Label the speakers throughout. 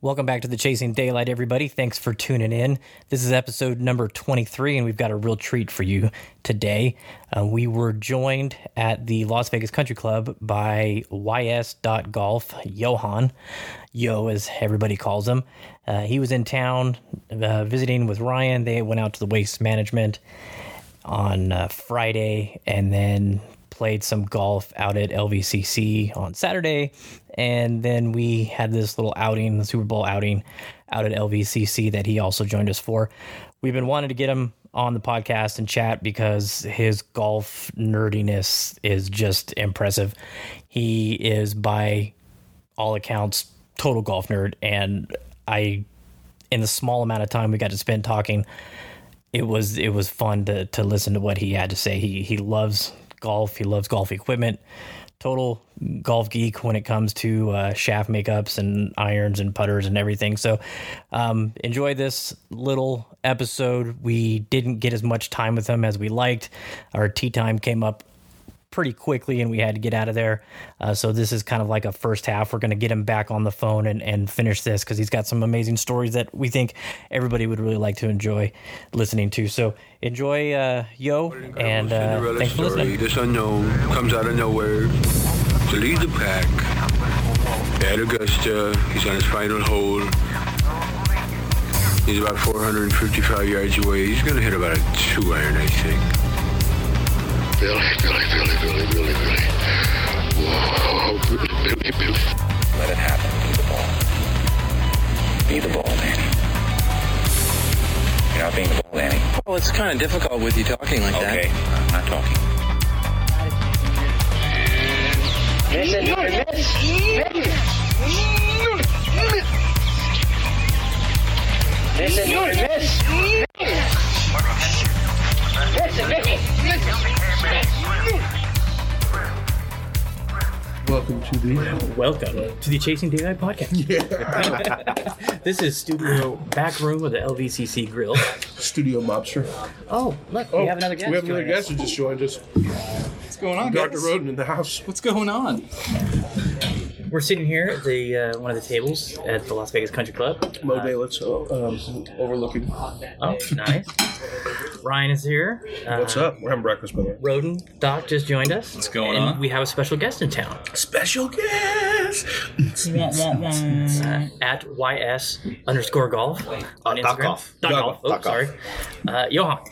Speaker 1: Welcome back to the Chasing Daylight, everybody. Thanks for tuning in. This is episode number 23, and we've got a real treat for you today. Uh, we were joined at the Las Vegas Country Club by ys.golf Johan. Yo, as everybody calls him. Uh, he was in town uh, visiting with Ryan. They went out to the waste management on uh, Friday and then played some golf out at LVCC on Saturday. And then we had this little outing, the Super Bowl outing out at LVCC that he also joined us for. We've been wanting to get him on the podcast and chat because his golf nerdiness is just impressive. He is, by all accounts, total golf nerd. And I, in the small amount of time we got to spend talking, it was it was fun to to listen to what he had to say. He he loves golf. He loves golf equipment. Total golf geek when it comes to uh, shaft makeups and irons and putters and everything. So um, enjoy this little episode. We didn't get as much time with him as we liked. Our tea time came up pretty quickly and we had to get out of there. Uh, so this is kind of like a first half. We're going to get him back on the phone and, and finish this because he's got some amazing stories that we think everybody would really like to enjoy listening to. So enjoy, uh, yo, and uh,
Speaker 2: Cinderella
Speaker 1: thanks for
Speaker 2: story.
Speaker 1: listening.
Speaker 2: This unknown comes out of nowhere to lead the pack. At Augusta, he's on his final hole. He's about 455 yards away. He's going to hit about a two iron, I think.
Speaker 3: Billy, Billy, Billy, Billy, Billy, Billy. Whoa, Billy, Billy, Billy.
Speaker 4: Let it happen. Be the ball. Be the ball, Danny. You're not being the ball, Danny.
Speaker 5: Well, it's kind of difficult with you talking like
Speaker 4: Okay. I'm not talking.
Speaker 6: Welcome to the
Speaker 7: Welcome to the Chasing Daylight podcast. this is studio back room of the LVCC grill.
Speaker 6: Studio Mobster.
Speaker 7: Oh, look, we have another guest.
Speaker 6: We have another
Speaker 7: joining us.
Speaker 6: guest who just joined us.
Speaker 5: What's going on,
Speaker 6: Dr. Roden in the house.
Speaker 5: What's going on?
Speaker 7: We're sitting here at the uh, one of the tables at the Las Vegas Country Club.
Speaker 6: Mo Bailiff's um, overlooking.
Speaker 7: Oh, nice. Ryan is here. Uh,
Speaker 6: What's up? We're having breakfast, by the way.
Speaker 7: Roden Doc just joined us. What's
Speaker 5: going
Speaker 7: and
Speaker 5: on?
Speaker 7: We have a special guest in town
Speaker 6: Special guest!
Speaker 7: uh, at ys underscore golf on Instagram.
Speaker 8: off.
Speaker 7: Doc
Speaker 6: Doc
Speaker 7: golf.
Speaker 6: off.
Speaker 7: Oh,
Speaker 8: Doc
Speaker 7: sorry. Uh, Johan,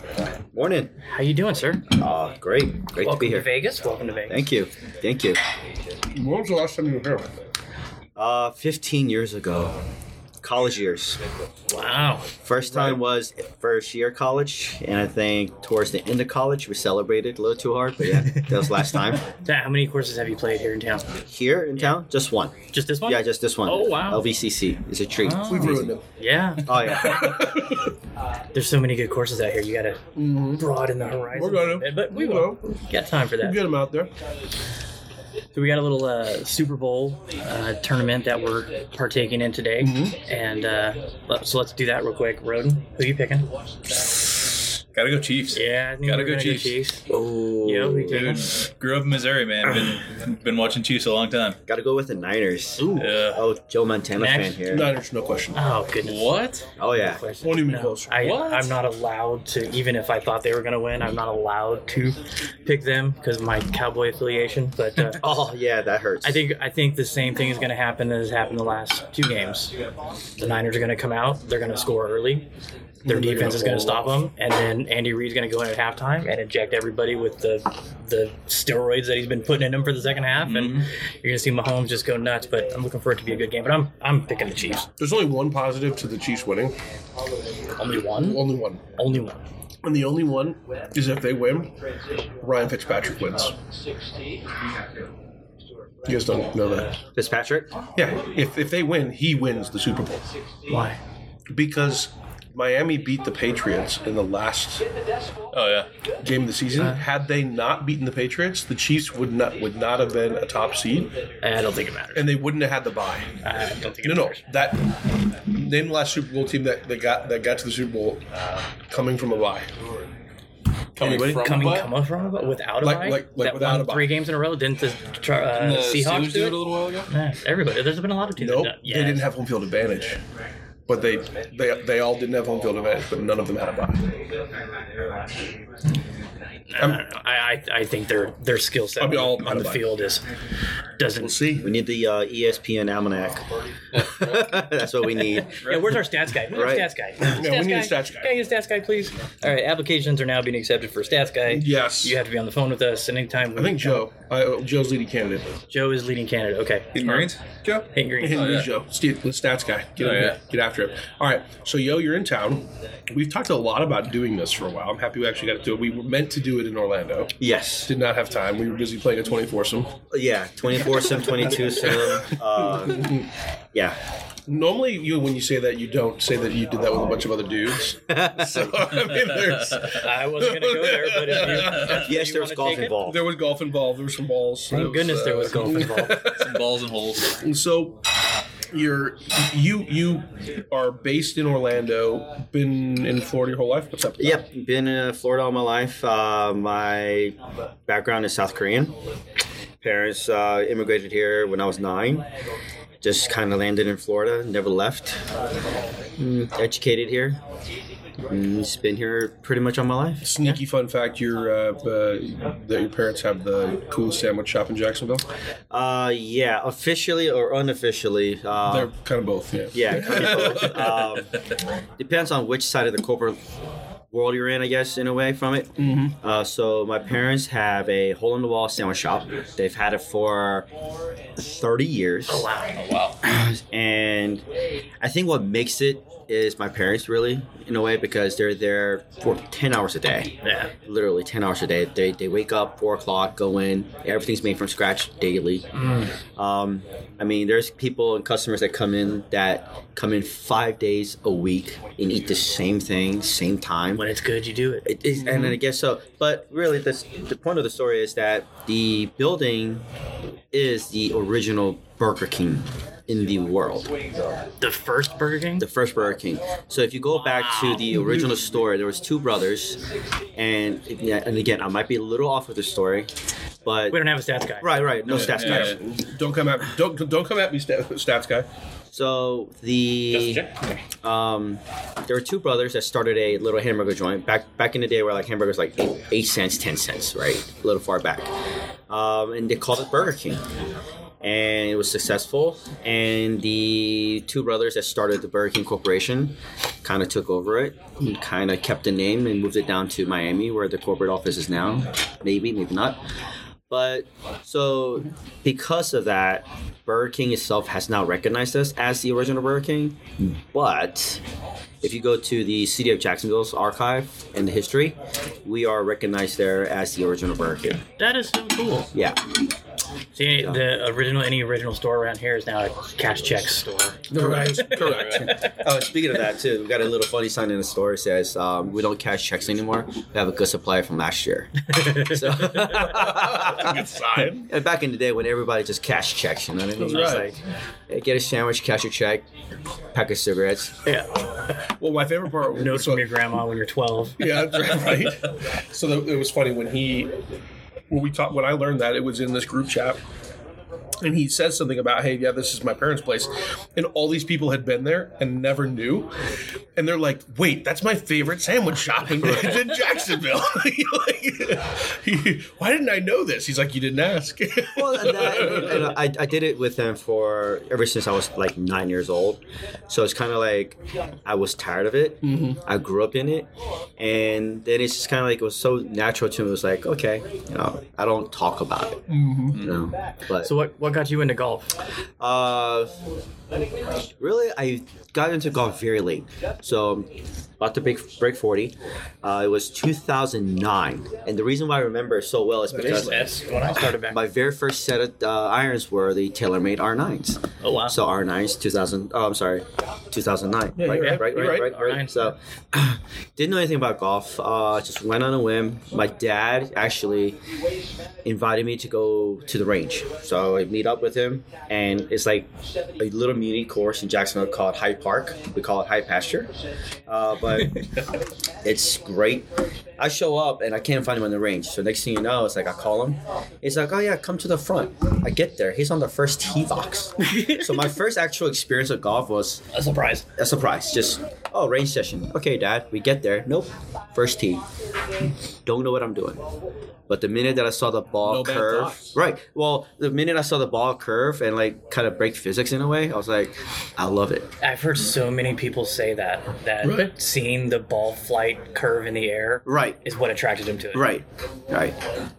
Speaker 8: Morning.
Speaker 7: how you doing, sir?
Speaker 8: Uh, great. Great
Speaker 7: Welcome
Speaker 8: to be here.
Speaker 7: to Vegas. Welcome to Vegas.
Speaker 8: Thank you. Thank you.
Speaker 6: When was the last time you were here?
Speaker 8: Uh, 15 years ago, college years.
Speaker 7: Wow.
Speaker 8: First time was first year college, and I think towards the end of college we celebrated a little too hard, but yeah, that was last time.
Speaker 7: How many courses have you played here in town?
Speaker 8: Here in town, just one.
Speaker 7: Just this one?
Speaker 8: Yeah, just this one.
Speaker 7: Oh, wow. Oh.
Speaker 8: LVCC is a treat.
Speaker 6: We ruined it.
Speaker 7: Yeah,
Speaker 8: Oh yeah.
Speaker 7: there's so many good courses out here. You gotta
Speaker 8: Mm-hmm.
Speaker 7: broaden the horizon.
Speaker 6: We're gonna.
Speaker 7: a bit, but we will. We Got time for that.
Speaker 6: Get him out there.
Speaker 7: So we got a little uh, Super Bowl uh, tournament that we're partaking in today,
Speaker 6: Mm-hmm.
Speaker 7: and uh, let- so let's do that real quick. Roden, who you picking?
Speaker 9: Gotta go Chiefs.
Speaker 7: Yeah, I knew
Speaker 9: Gotta
Speaker 7: we were
Speaker 9: go
Speaker 7: gonna
Speaker 9: Chiefs.
Speaker 8: Oh.
Speaker 7: Yo, who you taking?
Speaker 9: Dude, grew up in Missouri, man. Been been watching Chiefs a long time.
Speaker 8: Gotta go with the Niners.
Speaker 9: Yeah.
Speaker 8: Oh, Joe Montana
Speaker 7: Next.
Speaker 8: fan here.
Speaker 6: Niners, no question.
Speaker 7: Oh goodness.
Speaker 9: What?
Speaker 8: Oh yeah.
Speaker 6: Won't even be
Speaker 7: No,
Speaker 6: close.
Speaker 7: I,
Speaker 9: What?
Speaker 7: I'm not allowed to. Even if I thought they were gonna win, I'm not allowed to pick them because of my cowboy affiliation. But uh,
Speaker 8: Oh yeah, that hurts.
Speaker 7: I think I think the same thing is going to happen that has happened the last two games. The Niners are going to come out. They're going to score early. Their defense is going to stop them, and then Andy Reid's going to go in at halftime and inject everybody with the the steroids that he's been putting in them for the second half, and
Speaker 6: Mm-hmm.
Speaker 7: you're going to see Mahomes just go nuts. But I'm looking for it to be a good game. But I'm I'm picking the Chiefs.
Speaker 6: There's only one positive to the Chiefs winning.
Speaker 7: Only one.
Speaker 6: Only one.
Speaker 7: Only one.
Speaker 6: And the only one is if they win, Ryan Fitzpatrick wins. You guys don't know that.
Speaker 8: Fitzpatrick.
Speaker 6: Yeah, if, if they win, he wins the Super Bowl.
Speaker 7: Why?
Speaker 6: because Miami beat the Patriots in the last
Speaker 9: Oh yeah.
Speaker 6: game of the season. Had they not beaten the Patriots, the Chiefs would not would not have been a top seed,
Speaker 7: I don't think it matters.
Speaker 6: and they wouldn't have had the bye.
Speaker 7: I don't think it
Speaker 6: No, no,
Speaker 7: matters.
Speaker 6: that name the last Super Bowl team that, that got that got to the Super Bowl coming from a bye. Coming from
Speaker 7: coming
Speaker 6: a bye?
Speaker 7: coming from a bye without a
Speaker 6: Like-
Speaker 7: bye.
Speaker 6: like- like
Speaker 7: that
Speaker 6: without
Speaker 7: won
Speaker 6: a bye.
Speaker 7: three games in a row. Didn't the tr- uh,
Speaker 5: The
Speaker 7: Seahawks
Speaker 5: Steelers
Speaker 7: do
Speaker 5: it a
Speaker 7: it?
Speaker 5: little while ago.
Speaker 7: Yeah, everybody. There's been a lot of teams. that
Speaker 6: Nope,
Speaker 7: have done-
Speaker 6: they
Speaker 7: Yeah.
Speaker 6: didn't have home field advantage, but they they they all didn't have home field advantage, but none of them had a bye.
Speaker 7: I,
Speaker 6: Uh-huh.
Speaker 7: don't know. I, I I think their their skill set
Speaker 6: I mean, Um, all-
Speaker 7: on the
Speaker 6: I-
Speaker 7: field is doesn't.
Speaker 6: We'll see.
Speaker 8: We need the uh, ESPN almanac. That's what we need.
Speaker 7: Yeah, where's our stats guy? Where's
Speaker 8: Right.
Speaker 7: our stats guy?
Speaker 6: we need a stats guy.
Speaker 7: Can I get a stats guy, please? All right, applications are now being accepted for stats guy.
Speaker 6: Yes.
Speaker 7: You have to be on the phone with us and anytime.
Speaker 6: I think Joe. I, Joe's leading candidate.
Speaker 7: Joe is leading Canada. Okay.
Speaker 9: He's Marines? Joe?
Speaker 7: Hank Green.
Speaker 6: Henry
Speaker 9: yeah.
Speaker 6: Joe, Steve, the stats guy. Get,
Speaker 9: Oh,
Speaker 6: in
Speaker 9: yeah.
Speaker 6: here. get after him. All right. So, yo, you're in town. We've talked a lot about doing this for a while. I'm happy we actually got to do it. We were meant to do it in Orlando.
Speaker 8: Yes.
Speaker 6: Did not have time. We were busy playing a 24 some.
Speaker 8: Yeah. 24 sim, 22 sim. Uh, yeah.
Speaker 6: Normally, you when you say that, you don't say that you did that with a bunch of other dudes. so, I mean, there's,
Speaker 7: I wasn't gonna go there, but if you,
Speaker 8: Yes, there was
Speaker 7: wanna
Speaker 8: golf
Speaker 7: take it?
Speaker 8: involved.
Speaker 6: there was golf involved. There were some balls.
Speaker 7: thank goodness
Speaker 6: uh,
Speaker 7: there was golf involved.
Speaker 9: Some balls and holes.
Speaker 6: So you're you you are based in Orlando, been in Florida your whole life. What's up? with that?
Speaker 8: Yep, been in Florida all my life. Uh, my background is South Korean. Parents uh, immigrated here when I was nine. Just kind of landed in Florida, never left. Mm, educated here. Mm, just been here pretty much all my life.
Speaker 6: Sneaky fun fact: your uh, uh, that your parents have the coolest sandwich shop in Jacksonville.
Speaker 8: Uh, yeah, officially or unofficially. Uh,
Speaker 6: They're kind of both. Yeah.
Speaker 8: Yeah, it could be both. um, depends on which side of the corporate world you're in, I guess, in a way from it. Mm-hmm. Uh, so my parents have a hole in the wall sandwich shop. They've had it for thirty years. Oh wow! and I think what makes it is my parents really, in a way, because they're there for ten hours a day
Speaker 7: Yeah.
Speaker 8: literally 10 hours a day. They, they wake up, 4 o'clock, go in. Everything's made from scratch daily. Um, I mean, there's people and customers that come in that come in five days a week and eat the same thing, same time.
Speaker 7: When it's good, you do it.
Speaker 8: It is, and then I guess so. But really, the the point of the story is that the building is the original Burger King in the world,
Speaker 7: The first Burger King.
Speaker 8: the first Burger King. So if you go back to the original story, there was two brothers, and yeah, and again, I might be a little off with the story, but
Speaker 7: we don't have a stats guy.
Speaker 8: right, right, no stats
Speaker 9: yeah,
Speaker 8: guys.
Speaker 6: Don't come at don't don't come at me, sta- stats guy.
Speaker 8: So the um, there were two brothers that started a little hamburger joint back back in the day where like hamburgers like eight, eight cents, ten cents, right? A little far back, um, and they called it Burger King, and it was successful. And the two brothers that started the Burger King Corporation kind of took over it, and kind of kept the name and moved it down to Miami, where the corporate office is now. Maybe, maybe not. But so because of that, Burger King itself has not recognized us as the original Burger King. But if you go to the city of Jacksonville's archive and the history, we are recognized there as the original Burger King.
Speaker 7: That is so cool.
Speaker 8: Yeah.
Speaker 7: See, the original any original store around here is now a cash check store.
Speaker 6: Correct. Correct.
Speaker 8: Oh, and speaking of that too, we got a little funny sign in the store that says um, we don't cash checks anymore. We have a good supply from last year. so
Speaker 6: Good sign.
Speaker 8: and back in the day when everybody just cash checks, you know what I mean?
Speaker 6: That's
Speaker 8: It's like, hey, get a sandwich, cash your check, pack of cigarettes.
Speaker 7: Yeah.
Speaker 6: Well, my favorite part.
Speaker 7: Notes
Speaker 6: so-
Speaker 7: from your grandma when you're 12.
Speaker 6: yeah, that's right. So that, it was funny when he when we taught when I learned that it was in this group chat. And he says something about, hey, yeah, this is my parents' place. And all these people had been there and never knew. And they're like, wait, that's my favorite sandwich shop in, it's in Jacksonville. Like, he- Why didn't I know this? He's like, you didn't ask.
Speaker 8: well, and that- and I, I did it with them for ever since I was like nine years old. So it's kind of like I was tired of it. I grew up in it, and then it's just kind of like it was so natural to me. It was like, okay, you know, I don't talk about it. You know? But
Speaker 7: So what what got you into golf?
Speaker 8: uh, really, I got into golf very late. So, about to break, break 40. Uh, it was 2009. And the reason why I remember it so well is because
Speaker 7: That's when I started back.
Speaker 8: my very first set of uh, irons were the TaylorMade R9s.
Speaker 7: Oh wow.
Speaker 8: So R9s 2000. Oh, I'm sorry, 2009. right,
Speaker 6: you're
Speaker 8: right,
Speaker 6: right,
Speaker 8: right,
Speaker 6: you're
Speaker 8: right,
Speaker 6: right.
Speaker 8: right,
Speaker 7: R9.
Speaker 8: So didn't know anything about golf. Uh, just went on a whim. My dad actually invited me to go to the range. So I meet up with him, and it's like a little mini course in Jacksonville called High Park. We call it High Pasture, uh, but it's great. I show up and I can't find him on the range. So next thing you know, it's like I call him. He's like, oh yeah, come to the front. I get there. He's on the first tee box. so my first actual experience of golf was
Speaker 7: A surprise.
Speaker 8: a surprise. Just oh, range session. Okay, Dad. We get there. Nope. First tee. Don't know what I'm doing. But the minute that I saw the ball
Speaker 6: No bad
Speaker 8: curve,
Speaker 6: thoughts.
Speaker 8: right? Well, the minute I saw the ball curve and like kind of break physics in a way, I was like, I love it.
Speaker 7: I've heard so many people say that that
Speaker 6: Really?
Speaker 7: seeing the ball flight curve in the air
Speaker 8: Right.
Speaker 7: is what attracted him to it.
Speaker 8: Right. Right.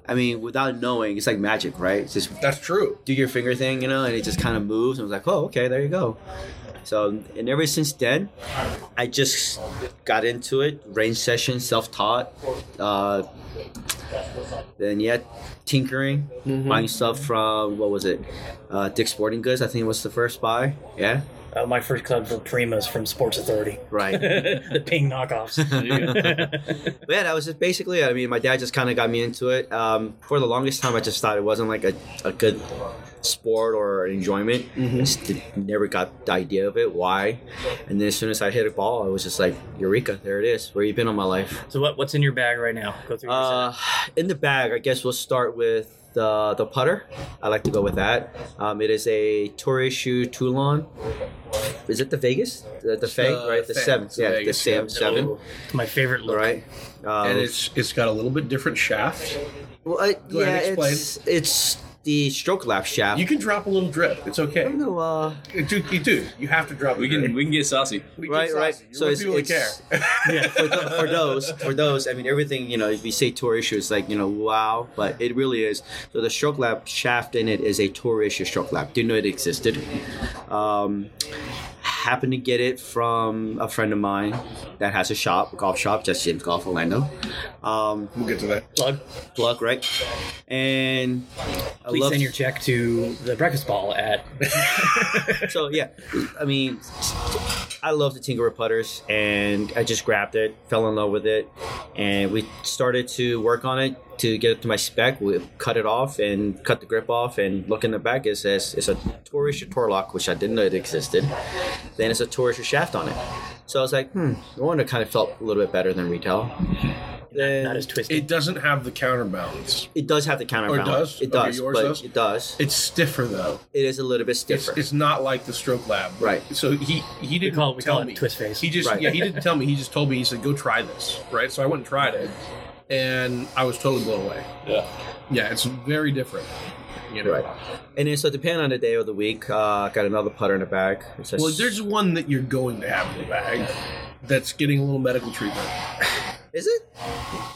Speaker 8: I mean, without knowing, it's like magic, right? It's just
Speaker 6: That's true.
Speaker 8: do your finger thing, you know, and it just kind of moves. And I was like, oh, okay, there you go. So, and ever since then, I just got into it. Range session, self taught. Uh, then, yeah, tinkering,
Speaker 7: Mm-hmm.
Speaker 8: buying stuff from, what was it? Uh, Dick's Sporting Goods, I think was the first buy. Yeah.
Speaker 7: Uh, my first clubs were Primas from Sports Authority.
Speaker 8: Right.
Speaker 7: the ping knockoffs.
Speaker 8: But yeah, that was just basically. it. I mean, my dad just kind of got me into it. Um, for the longest time, I just thought it wasn't like a, a good sport or enjoyment.
Speaker 6: Mm-hmm.
Speaker 8: Just did, never got the idea of it. Why? And then as soon as I hit a ball, I was just like, "Eureka! There it is. Where you been all my life?"
Speaker 7: so what, what's in your bag right now? Go through your
Speaker 8: Uh, in the bag, I guess we'll start with. uh, The, the putter, I like to go with that. Um, it is a tour issue Toulon. Is it the Vegas? The, the Fang,
Speaker 6: the
Speaker 8: right? The
Speaker 6: Fang.
Speaker 8: seven,
Speaker 6: It's the
Speaker 8: yeah, the
Speaker 6: Vegas,
Speaker 8: Sam
Speaker 6: yeah.
Speaker 8: seven,
Speaker 7: set. My favorite look.
Speaker 8: right? Um,
Speaker 6: And it's it's got a little bit different shaft.
Speaker 8: Well, uh,
Speaker 6: Go ahead,
Speaker 8: yeah,
Speaker 6: explain.
Speaker 8: it's it's the stroke lap shaft.
Speaker 6: You can drop a little drip. It's okay.
Speaker 8: No, uh,
Speaker 6: Dude, you do. You have to drop.
Speaker 9: We
Speaker 6: the
Speaker 9: can
Speaker 6: drip.
Speaker 9: we can get saucy.
Speaker 6: We
Speaker 8: right,
Speaker 6: sauce
Speaker 8: right.
Speaker 6: it. You're
Speaker 8: So
Speaker 6: what
Speaker 8: it's-
Speaker 6: people that
Speaker 8: it's-
Speaker 6: care.
Speaker 8: for, th- for those, for those, I mean, everything you know. If you say tour issue, it's like you know, wow, but it really is. So the stroke lap shaft in it is a tour issue stroke lap. Didn't know it existed. Um, happened to get it from a friend of mine that has a shop, a golf shop, just James Golf Orlando. Um,
Speaker 6: we'll get to that.
Speaker 7: Plug.
Speaker 8: plug right, and I
Speaker 7: Please
Speaker 8: love
Speaker 7: send your check to the breakfast ball at
Speaker 8: so yeah, I mean, I love the Tinker with putters, and I just grabbed it, fell in love with it, and we started to work on it to get it to my spec. We cut it off and cut the grip off, and look in the back. It says it's a Torish Torlock, which I didn't know it existed. Then it's a Torish shaft on it. So I was like, hmm, no wonder it kind of felt a little bit better than retail. Then
Speaker 7: that is twisted.
Speaker 6: It doesn't have the counterbalance.
Speaker 8: it does have the counterbalance.
Speaker 6: does?
Speaker 8: It
Speaker 6: Okay,
Speaker 8: does,
Speaker 6: yours
Speaker 8: but
Speaker 6: does?
Speaker 8: it does.
Speaker 6: It's stiffer though.
Speaker 8: It is a little bit
Speaker 6: It's,
Speaker 8: stiffer.
Speaker 6: it's not like the stroke lab.
Speaker 8: Right.
Speaker 6: So he he didn't
Speaker 7: call it- we
Speaker 6: tell
Speaker 7: call it
Speaker 6: me.
Speaker 7: twist face.
Speaker 6: He just
Speaker 8: Right.
Speaker 6: yeah he didn't tell me. He just told me. He said go try this. Right. So I went and tried it, and I was totally blown away. Yeah. Yeah. It's very different. You know.
Speaker 8: Right. And then, so depending on the day of the week, uh, got another putter in the bag. It says-
Speaker 6: Well, there's one that you're going to have in the bag that's getting a little medical treatment.
Speaker 8: is it?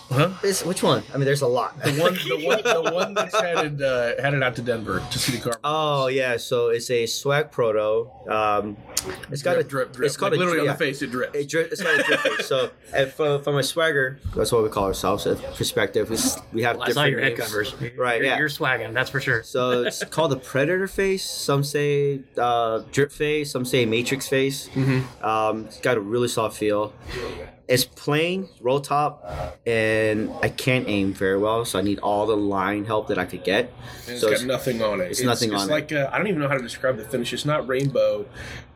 Speaker 6: Huh?
Speaker 8: Is which one? I mean, there's a lot.
Speaker 6: The one, the one, the one that's headed uh, headed out to Denver to see the car.
Speaker 8: oh yeah, so it's a swag proto. Um, it's got
Speaker 6: drip,
Speaker 8: a
Speaker 6: drip, drip.
Speaker 8: It's called
Speaker 6: Like,
Speaker 8: a,
Speaker 6: literally on
Speaker 8: yeah.
Speaker 6: the face. It drips.
Speaker 8: It drip, it's called a drip face. So and from, from a swagger, that's what we call ourselves. A perspective. We, s- we have.
Speaker 7: I saw
Speaker 8: different
Speaker 7: your head
Speaker 8: names.
Speaker 7: covers.
Speaker 8: Right,
Speaker 7: You're,
Speaker 8: yeah.
Speaker 7: you're swagging. That's for sure.
Speaker 8: So it's called the predator face. Some say uh, drip face. Some say matrix face. Um, it's got a really soft feel. It's plain roll top, and I can't aim very well, so I need all the line help that I could get.
Speaker 6: It's
Speaker 8: so
Speaker 6: got nothing on it.
Speaker 8: it's nothing
Speaker 6: it's
Speaker 8: on it.
Speaker 6: like uh, I don't even know how to describe the finish. It's not rainbow.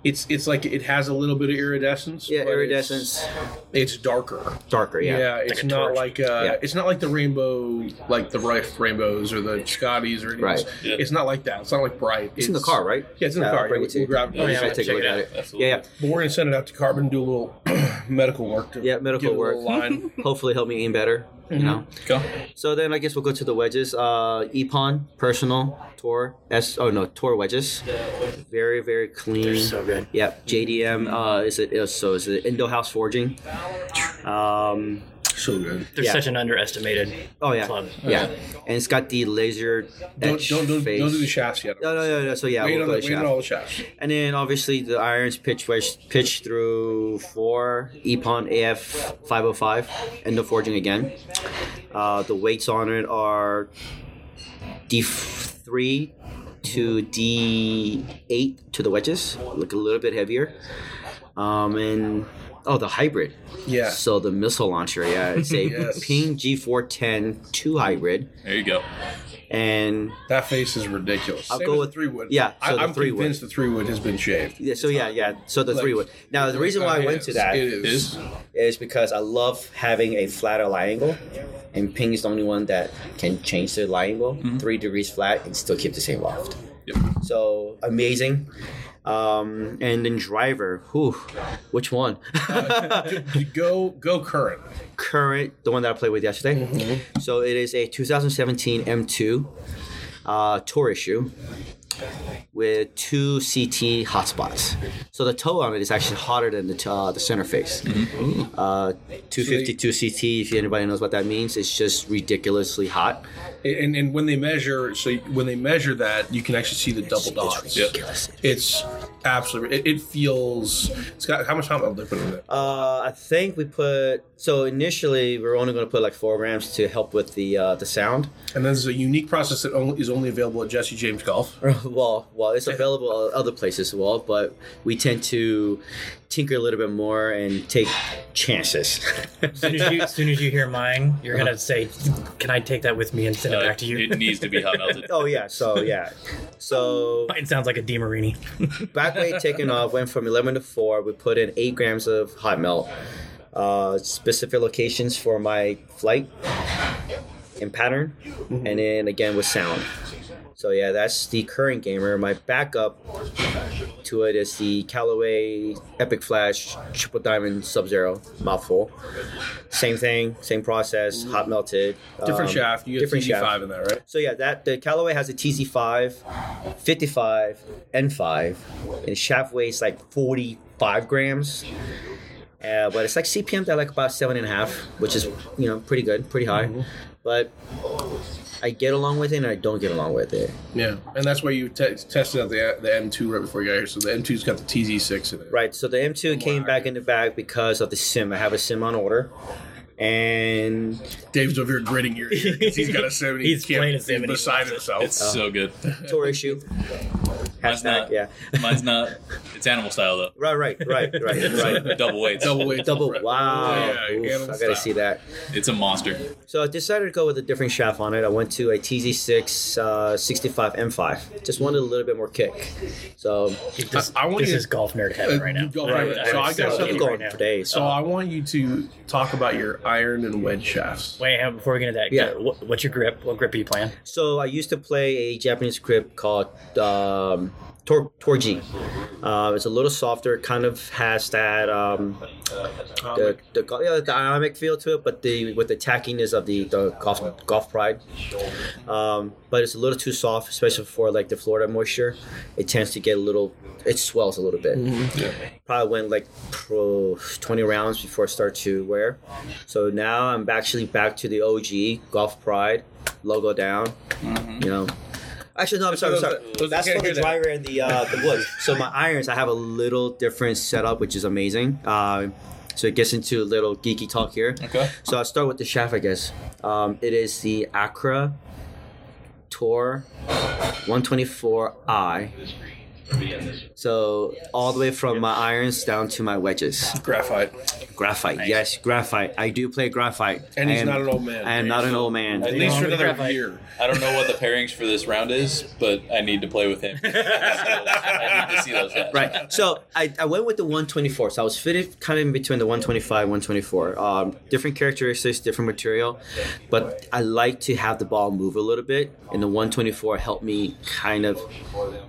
Speaker 6: It's it's like it has a little bit of iridescence.
Speaker 8: yeah,
Speaker 6: but it's-
Speaker 8: iridescence,
Speaker 6: It's, darker.
Speaker 8: darker.
Speaker 6: Yeah,
Speaker 8: Yeah.
Speaker 6: it's
Speaker 7: a
Speaker 6: not
Speaker 7: torch.
Speaker 6: like uh,
Speaker 8: Yeah.
Speaker 6: it's not like the rainbow, like the Rife rainbows or the Scotties or anything.
Speaker 8: Right.
Speaker 6: else. It's not like that. It's not like bright.
Speaker 8: It's in the car, right?
Speaker 6: Yeah, it's in the
Speaker 8: I'll
Speaker 6: car.
Speaker 8: Bring
Speaker 6: Yeah,
Speaker 8: it to
Speaker 6: we'll
Speaker 8: you.
Speaker 6: grab-
Speaker 8: You
Speaker 6: yeah,
Speaker 8: should
Speaker 6: Oh, yeah,
Speaker 8: take a
Speaker 7: check
Speaker 8: look
Speaker 7: it
Speaker 8: at
Speaker 7: out.
Speaker 8: it. Yeah,
Speaker 6: But we're gonna send it out to Carbon, do a little medical work. To
Speaker 8: Yeah, medical
Speaker 6: get a
Speaker 8: work.
Speaker 6: little Line.
Speaker 8: yeah. Hopefully, help me aim better. You know.
Speaker 6: Go.
Speaker 8: So then I guess we'll go to the wedges. Uh, Epon, personal, Tor, S. Oh no, Tor wedges. Very very clean.
Speaker 7: So good.
Speaker 8: Yep. JDM. Uh, is it is- so? Is it Indo House forging? Um.
Speaker 6: So good.
Speaker 7: They're
Speaker 8: Yeah.
Speaker 7: such an underestimated
Speaker 8: Oh yeah.
Speaker 7: club.
Speaker 8: Yeah. And it's got the laser
Speaker 6: Don't
Speaker 8: etch
Speaker 6: don't don't,
Speaker 8: face.
Speaker 6: don't do the shafts yet.
Speaker 8: No, no, no, no. So yeah,
Speaker 6: wait
Speaker 8: we'll
Speaker 6: on
Speaker 8: go
Speaker 6: the,
Speaker 8: to
Speaker 6: wait on
Speaker 8: shaft.
Speaker 6: all the shafts.
Speaker 8: And then obviously the irons pitch wedge pitch through four Epon AF five hundred five endo forging again. Uh, the weights on it are D three to D eight to the wedges, look a little bit heavier. Um, and oh, the hybrid.
Speaker 6: Yeah.
Speaker 8: So the missile launcher, yeah, it's a
Speaker 6: Yes.
Speaker 8: Ping G410 two hybrid.
Speaker 9: There you go.
Speaker 8: and
Speaker 6: That face is ridiculous.
Speaker 8: I'll
Speaker 6: Same
Speaker 8: go
Speaker 6: as
Speaker 8: with-
Speaker 6: the three wood.
Speaker 8: yeah,
Speaker 6: I,
Speaker 8: so the
Speaker 6: am
Speaker 8: three wood.
Speaker 6: convinced the three wood has been shaved.
Speaker 8: yeah, so yeah, yeah. So the three wood. Now the reason why I went to that
Speaker 6: It
Speaker 8: is.
Speaker 6: is.
Speaker 8: because I love having a flatter lie angle, and ping is the only one that can change the lie angle three degrees flat and still keep the same loft. So amazing. Um, and then driver, whew, which one?
Speaker 6: You go go current.
Speaker 8: current, the one that I played with yesterday. So it is a 2017 M2 uh, tour issue with two CT hotspots. So the toe on it is actually hotter than the, t- uh, the center face. Uh, 252 CT, if anybody knows what that means, it's just ridiculously hot.
Speaker 6: And, and when they measure, so you- when they measure that, you can actually see the double dots.
Speaker 8: It's ridiculous.
Speaker 6: It's absolutely. It, it feels. It's got how much hot metal they put in there?
Speaker 8: Uh, I think we put so initially we were only going to put like four grams to help with the uh, the sound.
Speaker 6: And this is a unique process that only, is only available at Jesse James
Speaker 8: Um,
Speaker 6: Golf.
Speaker 8: well, well, it's available at other places as well, but we tend to tinker a little bit more and take chances.
Speaker 7: As soon as you, as soon as you hear mine, you're
Speaker 8: Uh-huh.
Speaker 7: gonna say, "Can I take that with me and send it
Speaker 9: Uh,
Speaker 7: back to you?"
Speaker 9: It needs to be hot melted.
Speaker 8: oh yeah, so yeah, so
Speaker 7: Mine sounds like a Di Marini.
Speaker 8: back weight taken off went from eleven to four. We put in eight grams of hot melt. Uh, specific locations for my flight and pattern,
Speaker 6: Mm-hmm.
Speaker 8: and then again with sound. So yeah, that's the current gamer. My backup to it is the Callaway Epic Flash Triple Diamond Sub Zero mouthful. Same thing, same process, hot melted.
Speaker 6: Different
Speaker 8: um,
Speaker 6: shaft. You get
Speaker 8: different shaft.
Speaker 6: five in that, right?
Speaker 8: So yeah, that the Callaway has a TZ5, 55, N5, and shaft weighs like 45 grams. Uh, but it's like CPM at like about seven and a half, which is you know pretty good, pretty high.
Speaker 6: Mm-hmm.
Speaker 8: But I get along with it, and I don't get along with it.
Speaker 6: Yeah, and that's why you te- tested out the the M2 right before you got here. So the M2's got the TZ6 in it.
Speaker 8: Right. So the M2 came back in the bag because of the sim. I have a sim on order, and
Speaker 6: Dave's over here gritting your ear. 'cause He's got a 70.
Speaker 7: He's
Speaker 6: He can't-
Speaker 7: playing a 70.
Speaker 6: He's beside himself.
Speaker 9: It's so good.
Speaker 8: tour issue.
Speaker 9: Mine's
Speaker 8: Oh. Hashtag,
Speaker 9: not.
Speaker 8: yeah.
Speaker 9: Mine's not. It's animal style though.
Speaker 8: Right, right, right, right, right.
Speaker 9: Double weights.
Speaker 6: double weight.
Speaker 8: Double.
Speaker 6: right.
Speaker 8: Wow.
Speaker 6: Oh, Yeah, you
Speaker 8: Oof,
Speaker 6: can't
Speaker 8: I
Speaker 6: stop.
Speaker 8: gotta see that.
Speaker 9: It's a monster.
Speaker 8: So I decided to go with a different shaft on it. I went to a TZ6 uh, 65 M5. Just wanted a little bit more kick. So
Speaker 7: This,
Speaker 6: I- I want
Speaker 7: this
Speaker 6: you to-
Speaker 7: is golf nerd heaven
Speaker 6: Uh,
Speaker 7: right now.
Speaker 6: golf nerd.
Speaker 7: I-
Speaker 6: So
Speaker 7: I'm
Speaker 6: I got
Speaker 7: so
Speaker 6: something
Speaker 8: I'm
Speaker 7: deep
Speaker 6: going
Speaker 7: right now.
Speaker 8: for days.
Speaker 6: So I want you to talk about your iron and wedge shafts.
Speaker 7: Wait, hang on, before we get into that,
Speaker 8: Yeah.
Speaker 7: what, what's your grip? What grip are you playing?
Speaker 8: So I used to play a Japanese grip called um, Tor- Torji. Uh, it's a little softer, kind of has that um, the, the, go- yeah, the dynamic feel to it, but the with the tackiness of the, the golf golf pride. Um, but it's a little too soft, especially for like the Florida moisture. It tends to get a little, it swells a little bit. Probably went like pro 20 rounds before I start to wear. So now I'm actually back to the OG golf pride logo down. You know. Actually, no. I'm sorry. I'm sorry.
Speaker 6: Those- those-
Speaker 8: That's
Speaker 6: I
Speaker 8: for
Speaker 6: can't hear
Speaker 8: the
Speaker 6: that.
Speaker 8: driver and the uh, the wood. So my irons, I have a little different setup, which is amazing. Uh, so it gets into a little geeky talk here. Okay. So I'll start with the shaft, I guess. Um, it is the Acra Tour 124i. So all the way from my irons down to my wedges.
Speaker 6: Graphite.
Speaker 8: Graphite, yes, graphite. I do play graphite.
Speaker 6: And he's
Speaker 8: I am-
Speaker 6: not an old man.
Speaker 8: I am not an old man.
Speaker 9: At
Speaker 6: At least
Speaker 9: least
Speaker 6: for
Speaker 9: for
Speaker 6: another year.
Speaker 9: I don't know what the pairings for this round is, but I need to play with him. I need to see those. shots.
Speaker 8: right. So I, I went with the 124. So I was fitted kind of in between the 125 124. Um, different characteristics, different material. But I like to have the ball move a little bit. And the 124 helped me kind of,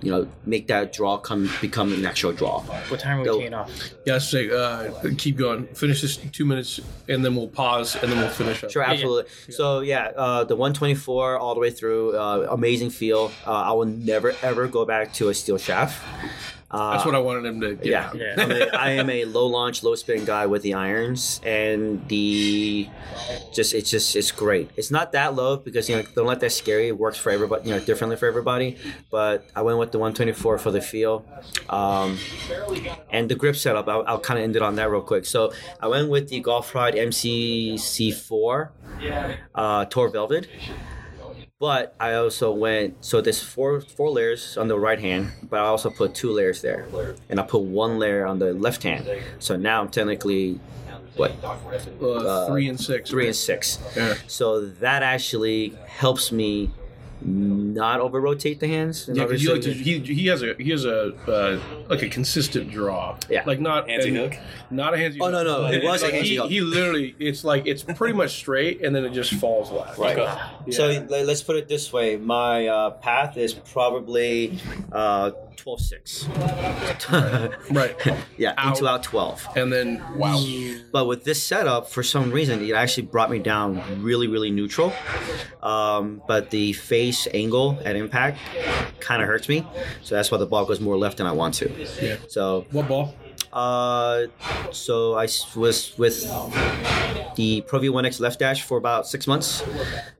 Speaker 8: you know, make that draw come become an actual draw.
Speaker 7: What time are we
Speaker 8: Go.
Speaker 7: teeing off?
Speaker 6: Yeah, let's say, uh, keep going. Finish this in two minutes, and then we'll pause, and then we'll finish up.
Speaker 8: Sure, absolutely. So yeah, uh, the 124 all the way through, uh, amazing feel. Uh, I will never ever go back to a steel shaft. Uh,
Speaker 6: That's what I wanted him to get.
Speaker 8: Yeah,
Speaker 6: out.
Speaker 7: Yeah.
Speaker 8: I, mean, I am a low launch, low spin guy with the irons, and the just it's just it's great. It's not that low because you know don't let that scare you. It works for everybody, you know, differently for everybody. But I went with the 124 for the feel, um, and the grip setup. I'll, I'll kind of end it on that real quick. So I went with the Golf Ride MCC4 uh, Tor Velvet. But I also went so there's four four layers on the right hand, but I also put two layers there, and I put one layer on the left hand. So now I'm technically what
Speaker 6: Uh, three and six.
Speaker 8: three and six.
Speaker 6: Yeah.
Speaker 8: So that actually helps me not over rotate the hands. and
Speaker 6: Yeah, 'cause you like to,
Speaker 8: obviously-
Speaker 6: he, he has a he has a uh, like a consistent draw.
Speaker 8: Yeah.
Speaker 6: like not
Speaker 9: Handsy
Speaker 6: and-
Speaker 9: hook?
Speaker 6: Not a handsy.
Speaker 8: Oh, no, no, it
Speaker 6: And
Speaker 8: was a
Speaker 6: like,
Speaker 8: handsy
Speaker 6: he,
Speaker 8: hook.
Speaker 6: He literally, it's like it's pretty much straight, and then it just falls left.
Speaker 9: Right.
Speaker 8: So le- let's put it this way: my uh, path is probably uh, twelve six.
Speaker 6: Right.
Speaker 8: yeah,
Speaker 6: Out.
Speaker 8: into out twelve.
Speaker 6: And then Mm. wow.
Speaker 8: But with this setup, for some reason, it actually brought me down really, really neutral. Um, but the face angle at impact kind of hurts me, so that's why the ball goes more left than I want to.
Speaker 6: Yeah.
Speaker 8: So
Speaker 6: What ball?
Speaker 8: Uh, so I s- was with the Pro V1X left dash for about six months.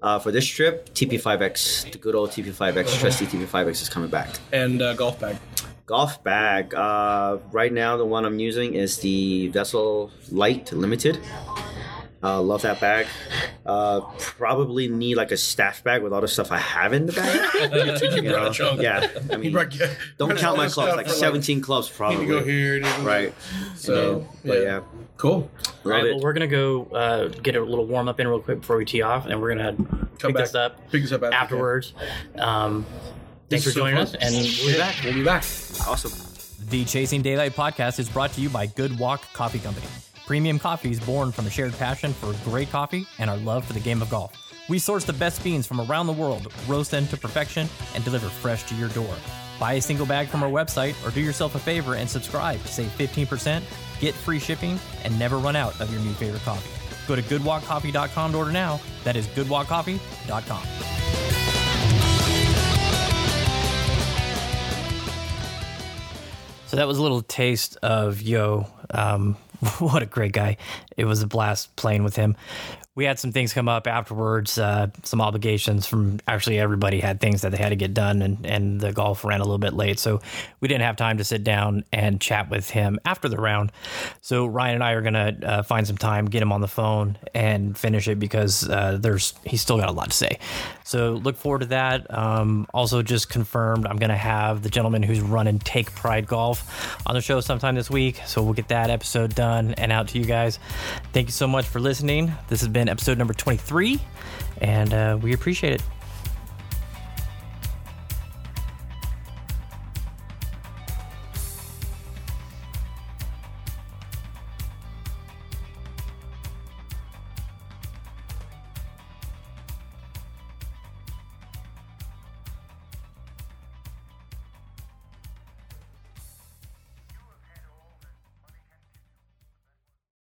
Speaker 8: Uh, for this trip, TP5X, the good old TP5X, trusty TP5X is coming back.
Speaker 6: And uh, golf bag.
Speaker 8: Golf bag. Uh, right now, the one I'm using is the Vessel Light Limited. Uh, love that bag. Uh, probably need like a staff bag with all the stuff I have in the bag. you
Speaker 6: brought a chunk.
Speaker 8: Yeah, I mean,
Speaker 6: brought-
Speaker 8: don't count my
Speaker 6: Stuff
Speaker 8: clubs.
Speaker 6: for,
Speaker 8: Like
Speaker 6: like,
Speaker 8: 17 clubs,
Speaker 6: Need
Speaker 8: probably.
Speaker 6: to go here. need to-
Speaker 8: Right.
Speaker 6: So,
Speaker 8: And then- but yeah.
Speaker 6: Cool.
Speaker 8: Love
Speaker 7: Well,
Speaker 8: it.
Speaker 7: we're gonna go uh, get a little warm up in real quick before we tee off, and we're gonna pick
Speaker 6: back.
Speaker 7: this up
Speaker 6: Pick this up after.
Speaker 7: afterwards. Um, thanks for
Speaker 6: is so
Speaker 7: joining
Speaker 6: fun.
Speaker 7: us, and we'll be back.
Speaker 6: We'll be back.
Speaker 8: Awesome.
Speaker 1: The Chasing Daylight podcast is brought to you by Good Walk Coffee Company. Premium coffee is born from a shared passion for great coffee and our love for the game of golf. We source the best beans from around the world, roast them to perfection, and deliver fresh to your door. Buy a single bag from our website or do yourself a favor and subscribe to save 15%, get free shipping, and never run out of your new favorite coffee. Go to goodwalkcoffee.com to order now. That is goodwalkcoffee.com. So that was a little taste of Yo. Um, what a great guy. It was a blast playing with him. We had some things come up afterwards, uh, some obligations from actually everybody had things that they had to get done, and, and the golf ran a little bit late. So we didn't have time to sit down and chat with him after the round. So Ryan and I are going to uh, find some time, get him on the phone, and finish it because uh, there's he's still got a lot to say. So look forward to that. Um, also, just confirmed I'm going to have the gentleman who's running Take Pride Golf on the show sometime this week. So we'll get that episode done and out to you guys. Thank you so much for listening. This has been episode number 23, and uh, we appreciate it.